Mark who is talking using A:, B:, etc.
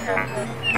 A: Thank you.